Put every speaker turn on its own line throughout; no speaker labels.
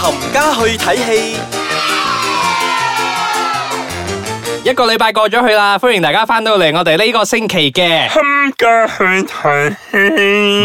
冚家去睇戲，
一個禮拜過咗去啦，歡迎大家翻到嚟我哋呢個星期嘅，
冚家去睇戲，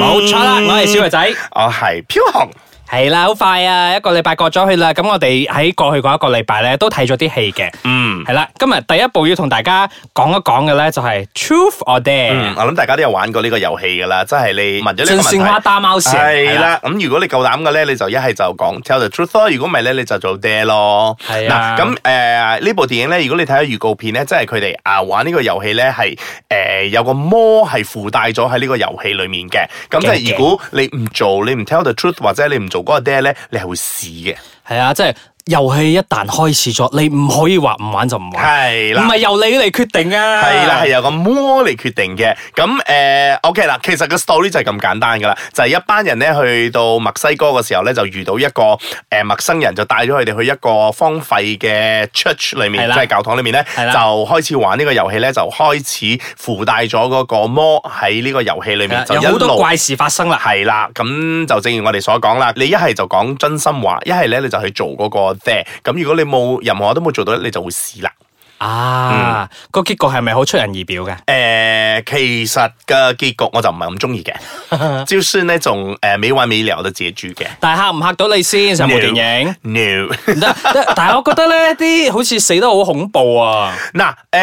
冇錯啦，我係小肥仔，
我係飄紅，
係啦，好快啊，一個禮拜過咗去啦，咁我哋喺過去嗰一個禮拜咧都睇咗啲戲嘅，
嗯
係啦，今日第一部要同大家講一講嘅咧就係 Truth or
嗯，
Dare，
我諗大家都有玩過呢個遊戲噶啦，即係你問咗呢個
真
問題
心，話大冒險，
係，啦，咁如果你夠膽嘅咧，你就一係就講 tell the truth 咯，如果唔係咧，你就做 dare 咯。
係啊
嗱，咁誒呢部電影咧，如果你睇下預告片咧，即係佢哋啊玩呢個遊戲咧，係誒有個魔係附帶咗喺呢個遊戲裡面嘅。咁即
勁
係如果你唔做，你唔 tell the truth 或者你唔做嗰個 dare 咧，你係會試嘅。
係啊，即係遊戲一旦開始咗，你唔可以話唔玩就唔玩，
係
唔
啦。
係由你嚟決定啊，
係啦，係由個魔嚟決定嘅。咁誒、呃 OK 啦，其實個 story 就係咁簡單噶啦，就係、一班人咧去到墨西哥嘅時候咧，就遇到一個誒、呃陌生人，就帶咗佢哋去一個荒廢嘅 church 裏
係
面，
啦
即係教堂裏面咧，
係啦
就開始玩呢個遊戲咧，就開始附帶咗嗰個魔喺呢個遊戲裏
係啦
面，就一
有好多
路。
怪事發生啦。
係啦，咁就正如我哋所講啦，你一係就講真心話，一係咧你就去做嗰個 there。咁如果你冇任何都冇做到，你就會試啦。
啊，個結局係咪好出人意表嘅？
誒、呃其實嘅結局我就唔係咁中 意嘅，就是呢種誒沒完沒了的結局嘅。
但係嚇唔嚇到你先？成部電影，
No，
唔得唔得 但係我覺得咧啲好似死得好恐怖啊！
嗱誒、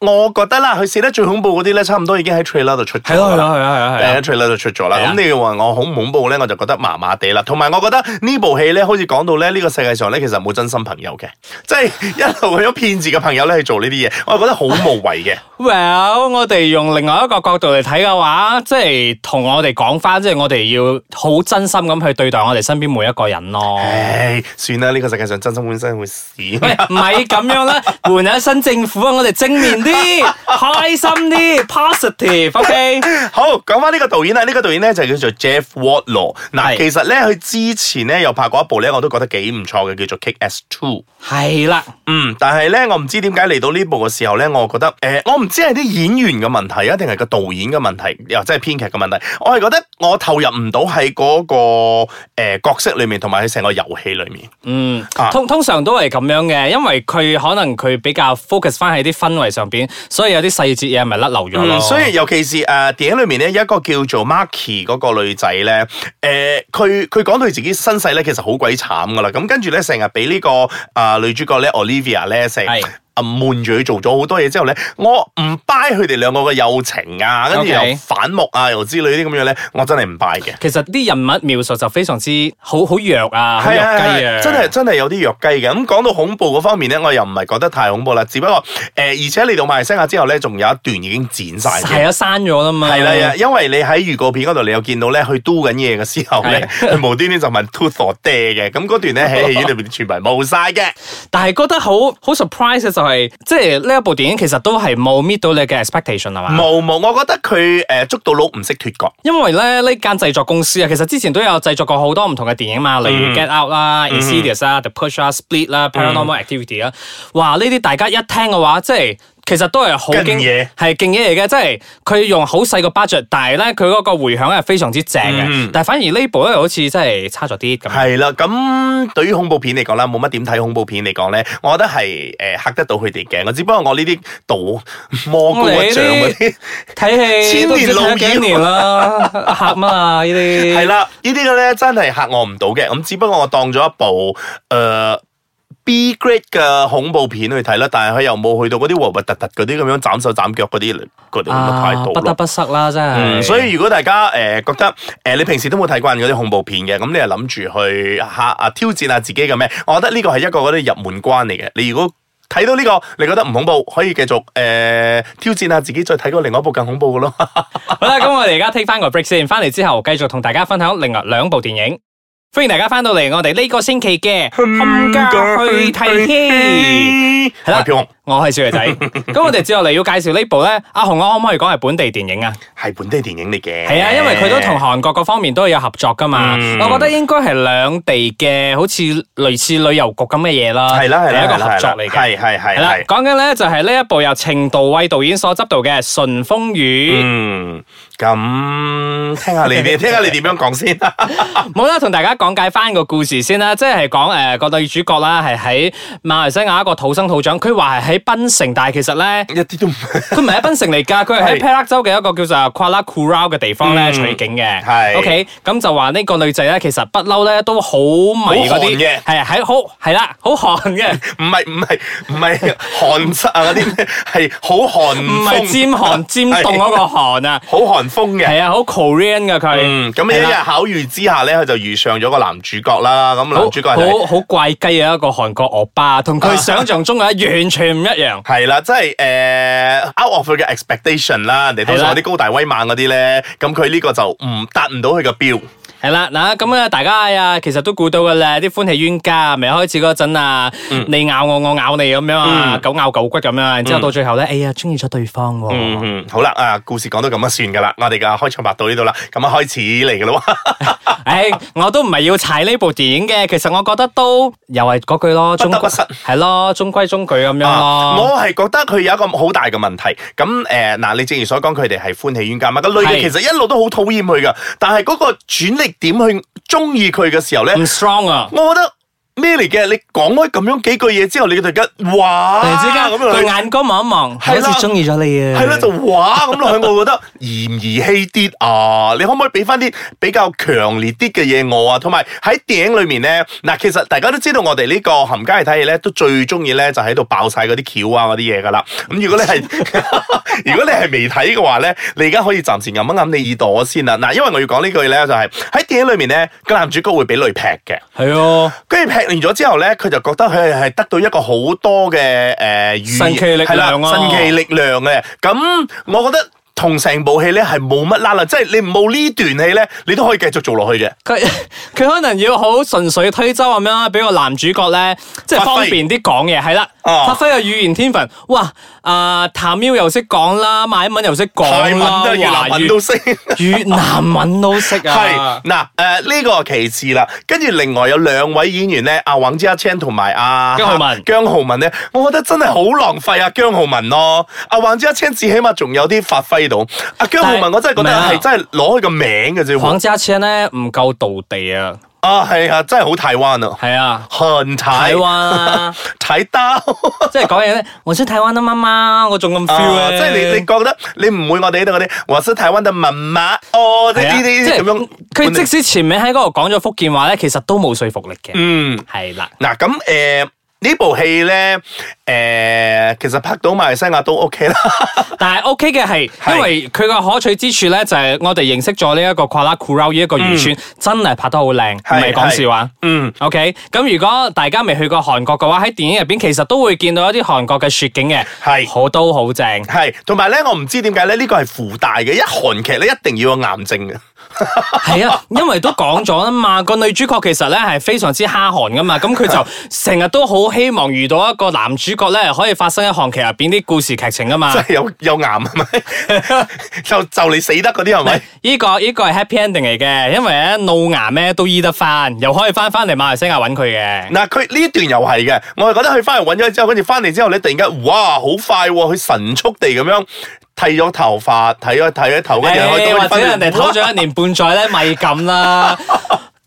我覺得啦，佢寫得最恐怖嗰啲咧，差唔多已經喺 trailer 度出咗
係咯係咯
㗎啦。
係咯係
誒
咯
trailer 就出咗啦，
係啊
咁你話我恐唔恐怖咧，我就覺得麻麻地啦。同埋我覺得呢部戲咧，好似講到咧呢個世界上咧，其實冇真心朋友嘅， 即係一路去咗騙子嘅朋友咧去做呢啲嘢，我覺得好無謂嘅。
Well，我哋用另外一個角度嚟睇嘅話，即係同我哋講翻，即係我哋要好真心咁去對待我哋身邊每一個人咯。
唉，算啦，呢、個世界上真心本身會屎。
喂，唔係咁樣 啦，換下新政府啊！我哋正面啲，開心啲，positive，OK？
好，講翻呢個導演啦，呢、個導演咧就叫做 Jeff Wadlow。
係
嗱，其實咧佢之前咧有拍過一部咧，我都覺得幾唔錯嘅，叫做《Kick Ass Two》。
係啦，
嗯，但係咧，我唔知點解嚟到呢部嘅時候咧，我覺得誒、呃我唔知係啲演員嘅問題啊，定係個導演嘅問題，又或者係編劇嘅問題。我係覺得我投入唔到喺嗰個呃角色裏面，同埋喺成個遊戲裏面。
嗯，
啊
通通常都係咁樣嘅，因為佢可能佢比較 focus 翻喺啲氛圍上邊，所以有啲細節嘢咪甩漏咗咯。
嗯，所以尤其是誒、呃、電影裏面咧，有一個叫做 Marky 嗰個女仔咧，誒佢佢講到佢自己身世咧，其實好鬼慘噶啦。咁跟住咧，成日俾呢個啊、呃女主角咧 Olivia 咧成
係。
啊悶住佢做咗好多嘢之後咧，我唔 buy 佢哋兩個嘅友情啊，跟住
OK
又反目啊，又之類啲咁樣咧，我真係唔 buy 嘅。
其實啲人物描述就非常之好好弱啊，好弱
係啊
雞
係
啊，
啊真係真係有啲弱雞嘅。咁講到恐怖嗰方面咧，我又唔係覺得太恐怖啦，只不過誒、呃而且嚟到馬來西亞之後咧，仲有一段已經剪晒嘅
係啊，刪咗啦嘛。
係啦，因為你喺預告片嗰度，你有見到咧，佢 do 緊嘢嘅時候咧，佢無端端就問 tooth or dare 嘅，咁嗰段 咧喺戲院裏邊全部係冇晒嘅。
但係覺得好好 surprise 嘅就係、即係呢一部電影其實都係冇 meet 到你嘅 expectation 係嘛？
冇冇，我覺得佢誒捉到佬唔識脱角。
因為咧呢間製作公司啊，其實之前都有製作過好多唔同嘅電影
嗯
嘛，例如 Get Out 啦、Insidious 啦、The Push 啦、Split 啦、Paranormal Activity 啦，哇！呢啲大家一聽嘅話，即係。其實都係好
勁嘢
係勁嘢嚟嘅，即係佢用好細個 budget，但係咧佢嗰個迴響係非常之正嘅。
嗯
但係反而呢部咧好似真係差咗啲咁。
係啦，咁對於恐怖片嚟講啦，冇乜點睇恐怖片嚟講咧，我覺得係誒嚇得到佢哋嘅。我只不過我呢啲賭魔高一丈嗰啲。
睇戲
千
都唔知
年老
睇幾
妖
年啦， 嚇乜啊呢啲？
係啦，呢啲嘅咧真係嚇我唔到嘅，咁只不過我當咗一部誒、呃 B grade 嘅恐怖片去睇啦，但係佢又冇去到嗰啲核核突突嗰啲咁樣斬手斬腳嗰啲嗰啲咁嘅態度
啊不得
咯。
不失啦，真係。
嗯，所以如果大家誒、呃、覺得誒、呃你平時都冇睇慣嗰啲恐怖片嘅，咁你係諗住去嚇啊挑戰下自己嘅咩？我覺得呢個係一個嗰啲入門關嚟嘅。你如果睇到呢、個，你覺得唔恐怖，可以繼續誒、呃挑戰下自己，再睇過另外一部更恐怖嘅咯。
好啦，咁我哋而家 take 翻個 break 先，翻嚟之後繼續同大家分享另外兩部電影。歡迎大家翻到嚟我哋呢個星期嘅《冚家去睇戲》。係啦
阿飄紅。
我係小肥 仔。咁我哋之後嚟要介紹呢部咧，阿紅我可唔可以講係本地電影啊？
係本地電影嚟嘅。
係啊，因為佢都同韓國各方面都有合作噶嘛。
嗯
我覺得應該係兩地嘅，好似類似旅遊局咁嘅嘢啦，
係啦係啦
係一個
係啦
合作嚟嘅。
係係係
係啦，
係
講緊咧就係呢一部由程道偉導演所執導嘅《順風雨》，
嗯，咁聽下你 哋，聽下你點樣講先啦。
冇啦，同大家講解翻個故事先啦，即係講誒個女主角啦，係喺馬來西亞一個土生土長，佢話係喺檳城，但係其 實咧。
一啲都唔係
佢唔係喺檳城嚟㗎，佢係喺
係
p e r 州嘅一個叫做 Kuala Kurau 嘅地方咧
嗯
取景嘅。
係
OK，咁就話呢個女仔咧，其實不嬲咧都好迷嗰
好寒
啲，
嘅
係啊喺好係啦，好寒 嘅，
唔係唔係唔係寒濕啊嗰啲咩，係好寒風，
唔係尖 寒尖凍嗰個寒啊，
好寒風嘅。
係啊，好 Korean 嘅佢。
嗯，咁一
係
日
啦
巧遇之下咧，佢就遇上咗個男主角啦。咁
好
男主角就係
好好怪雞嘅一個韓國惡霸，同 佢想象中嘅完全唔一樣。
係啦，即係诶 out of 佢嘅 expectation 啦，人哋通
係啦
常嗰啲高大威猛嗰啲咧，咁佢呢個就唔達唔到佢嘅標。
係啦，嗱咁啊，大家啊，其實都估到噶啦，啲歡喜冤家咪開始嗰陣啊，你咬我，我咬你咁樣啊，
嗯
狗咬狗骨咁樣啊，然之後到最後咧，哎呀，中意咗對方喎。
嗯，好啦，啊，故事講到咁啊算噶啦，我哋嘅開場白到呢度啦，咁啊開始嚟噶啦喎。
唉，哎我都唔係要踩呢部電影嘅，其實我覺得都又係嗰句咯，
不得不
中係咯，中規中矩咁樣
啊
咯。
我係覺得佢有一個好大嘅問題。咁誒嗱，你正如所講，佢哋係歡喜冤家嘛。個女
係
嘅其實一路都好討厭佢噶，但係嗰個轉力點去中意佢嘅時候咧，
唔 strong 啊！
我覺得。咩嚟嘅？你講開咁樣幾句嘢之後，你突然間哇
突然之間，
啊咁樣
佢眼光望一望，好
係啦
似中意咗你啊！
係啦，就哇咁落去，我覺得嫌兒戲啲啊！你可唔可以俾翻啲比較強烈啲嘅嘢我啊？同埋喺電影裏面咧，嗱，其實大家都知道我哋呢個冚家去睇戲咧，都最中意咧就喺度爆晒嗰啲橋啊嗰啲嘢噶啦。咁如果你係如果你係未睇嘅話咧，你而家可以暫時揞一揞你耳朵先啦。嗱，因為我要講呢句咧，就係喺電影裏面咧，個男主角會俾雷劈嘅。
係哦。
跟住劈完咗之後咧，佢就覺得佢係得到一個好多嘅誒、呃、語
神奇力
係啦
量啊
神奇力量嘅。咁我覺得同成部戲咧係冇乜啦啦，即係你冇呢段戲咧，你都可以繼續做落去嘅。
佢 佢可能要好順水推舟咁樣啦，俾個男主角咧，即係
發揮
方便啲講嘢，係啦，
啊
發揮個語言天分。哇！啊、譚喵又識講啦，馬來文又識
泰
講
文
啦，
啊，越南
華
文都
語、
識。
越南文都識啊
係。嗱，誒呢個其次啦，跟住另外有兩位演員咧，阿黃之阿 Chan 同埋阿
姜皓文
姜浩文咧，我覺得真係好浪費啊姜浩文咯。阿黃之阿 Chan 至起碼仲有啲發揮到，阿姜浩
但係
文我真係覺得
唔係啊
係真係攞佢個名嘅啫喎。
黃家千咧唔夠道地啊，
啊，係啊，真係好台灣啊，
係啊，
很台
台灣啊，
台刀，
即係講嘢咧，我是台灣啊的媽媽，我仲咁 feel
啊
咧，
即係你你覺得你唔會我哋呢度嗰啲，我是台灣的媽媽哦，即
係
係
啊
呢
即
啲
係
咁樣，
佢即使前面喺嗰度講咗福建話咧，其實都冇說服力嘅，
嗯，
係啦。
嗱咁誒呢部戲咧誒，其實拍到馬來西亞都 OK 啦，
但係 OK 嘅係，
係
因為佢個可取之處咧，就係我哋認識咗呢一個跨拉庫拉呢一個漁村，真係拍得好靚，唔
嗯
係
係
講笑話。
嗯
OK，咁如果大家未去過韓國嘅話，喺電影入邊其實都會見到一啲韓國嘅雪景嘅，
係
好都好 正。
係，同埋咧我唔知點解咧呢個係附帶嘅，一韓劇咧一定要有癌症
啊
嘅，
係啊，因為都講咗啦嘛，個女主角其實咧係非常之蝦韓噶嘛，咁佢 就成日都好希望遇到一個男主角咧，可以發生喺韓劇入邊啲故事劇情 噶嘛
即。係有有癌係咪？ 就就你死得嗰啲係咪？
呢、個呢、個係 happy ending 嚟嘅，因為咧露牙咩都醫得翻，又可以翻翻嚟馬來西亞揾佢嘅。
嗱，佢呢段又係嘅，我係覺得佢翻嚟揾咗之後，跟住翻嚟之後咧，突然間哇，好快喎、佢神速地咁樣剃咗頭髮，剃咗剃咗頭，跟住
誒
開
或者人哋唞咗一年半載咧，咪咁啦。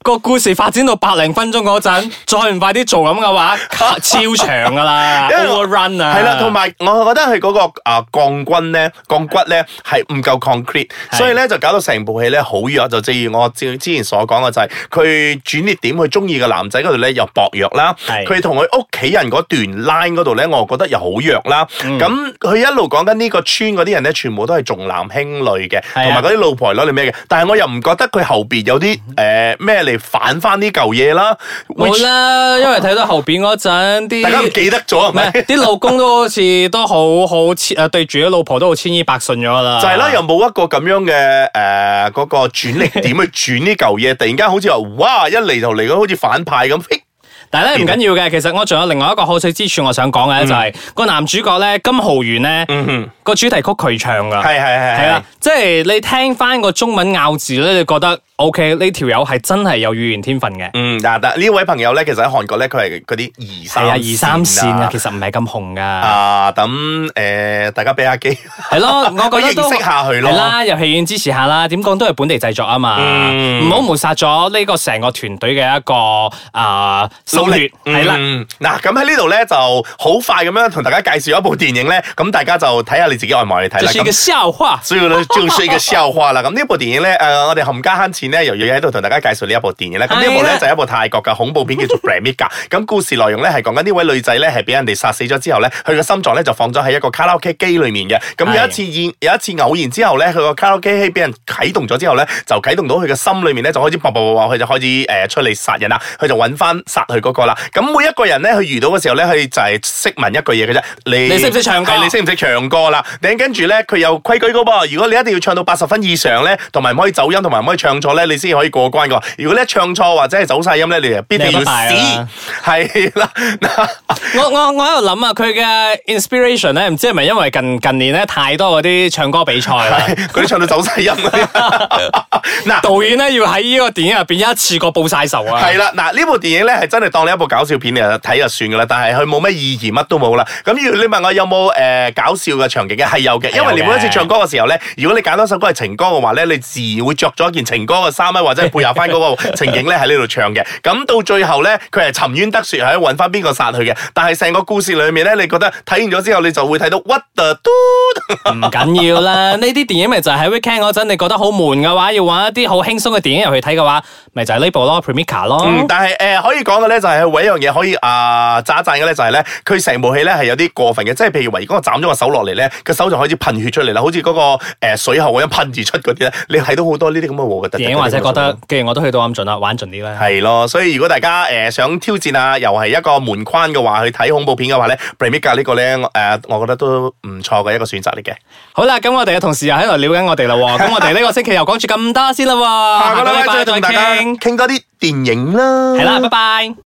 個故事發展到百零分鐘嗰陣，再唔快啲做咁嘅話，卡超長噶啦
因為我
，overrun 啊。
係啦，同埋我覺得佢嗰、個啊鋼軍咧，鋼骨咧係唔夠 concrete，
係
所以咧就搞到成部戲咧好弱。就正如我之之前所講嘅就係、佢轉捩點，佢中意嘅男仔嗰度咧又薄弱啦。
係
佢同佢屋企人嗰段 line 嗰度咧，我覺得又好弱啦。咁佢、一路講緊呢個村嗰啲人咧，全部都係重男輕女嘅，
係啊
同埋嗰啲老婆攞嚟咩嘅。但係我又唔覺得佢後邊有啲誒咩嚟反翻呢嚿嘢啦。
冇
which
啦，因為睇到後邊嗰陣
大家唔
啲。
記得咗係
唔係
咪？
啲老公都好似都好好千誒對住啲老婆都好千依百順咗㗎啦，
就係啦，又冇一個咁樣嘅誒嗰個轉力點去轉呢嚿嘢，突然間好似話哇一嚟就嚟咗，好似反派咁。嘿
但係咧唔緊要嘅，其實我仲有另外一個好水之處，我想講嘅就係個男主角咧金浩源咧
嗯哼
個主題曲佢唱㗎。
係係係
系啦，即啊係你聽翻個中文咬字咧，你覺得 O K 呢條友係真係有語言天分嘅。
嗯，嗱，但呢位朋友咧，其實喺韓國咧，佢係嗰啲二
係
三
啊，二三線
線
啊，其實唔係咁紅噶，
啊，咁誒，大家俾下機，
係 咯，我覺得都
認識下佢咯
係啦，入戲院支持下啦，點講都係本地製作啊嘛，
嗯
唔好抹殺咗呢個成個團隊嘅一個啊
努
心血，係啦。
嗯嗱，咁喺呢度咧就好快咁樣同大家介紹一部電影咧，咁大家就睇下你自己愛唔愛去睇
就
啦。
是一個
咁
笑話，
所以咧，就是一個笑話啦。咁呢部電影咧，誒、我哋冚家慳錢咧，又要喺度同大家介紹呢一部電影咧。咁呢一部
係
咧
啦
就係一部泰國嘅恐怖片，叫做《b r a m i g a 咁故事內容咧係講緊呢位女仔咧係俾人哋殺死咗之後咧，佢個心臟咧就放咗喺一個卡拉 OK 機裡面嘅。咁有
係
一次意有一次偶然之後咧，佢個卡拉 OK 機俾人啟動咗之後咧，就啟動到佢嘅心裡面咧就開始啵啵啵啵，佢就開始誒、呃出嚟殺人啦。佢就揾翻殺佢嗰個啦。咁每一個人咧，佢遇到嘅時候咧，佢就係識問一句嘢嘅啫。你
你識唔識唱歌
係你識唔識唱歌啦？頂跟住咧，佢有規矩噶噃。如果你一定要唱到八十分以上咧，同埋唔可以走音，同埋唔可以唱錯咧，你先可以過關噶。如果你一唱錯或者係走晒音咧，你就必定要
你就不敗
死
啦。
係啦，
我我我喺度諗啊，佢嘅 inspiration 咧，唔知係咪因為近近年咧太多嗰啲唱歌比賽啦，
佢啲唱到走晒音嗰啲 嗱。
導演咧要喺呢個電影入邊一次過報晒仇啊！
係啦，嗱呢部電影咧係真係當你一部搞笑片嚟睇就算噶啦，但係佢冇乜意義，乜都冇啦。咁如果你問我有冇誒、呃搞笑嘅場景嘅，係有嘅，因為你每一次唱歌嘅時候咧，如果你揀多首歌係情歌嘅話咧，你自然會着咗一件情歌嘅衫啊，或者係配合翻嗰 個情景咧喺呢度唱嘅。咁到最後咧，佢係沉冤得雪，係揾翻邊個殺佢嘅。但係成個故事裡面咧，你覺得睇完咗之後，你就會睇到 what the do
唔緊要啦，呢啲電影咪就係喺 weekend 嗰陣，你覺得好悶嘅話，要揾一啲好輕鬆嘅電影入去睇嘅話，咪就係呢部咯，Premica 咯。
嗯，但係誒、呃可以講嘅咧就係唯一樣嘢可以啊讚一讚嘅咧就係咧，佢成部戲咧係有啲過分嘅，即係譬如維哥斬咗個手落嚟咧，個手就開始噴血出嚟啦，好似嗰、個、呃、水喉咁樣噴住出嗰啲咧，你睇到好多呢啲咁嘅核突嘅
電影或者覺
東
得
西。，
既然我都去到咁盡啦，玩盡啲啦。
係咯，所以如果大家誒、呃想挑戰啊，又係一個門框嘅話，去睇恐怖片嘅話咧 b r a m i c a 呢個咧誒、呃我覺得都唔錯嘅一個選擇嚟嘅。
好啦，咁我哋嘅同事又喺度了解我哋啦喎，咁我哋呢個星期又講住咁多先啦喎，
下個禮拜再同大家
傾，
傾多啲電影啦。
係啦，拜拜。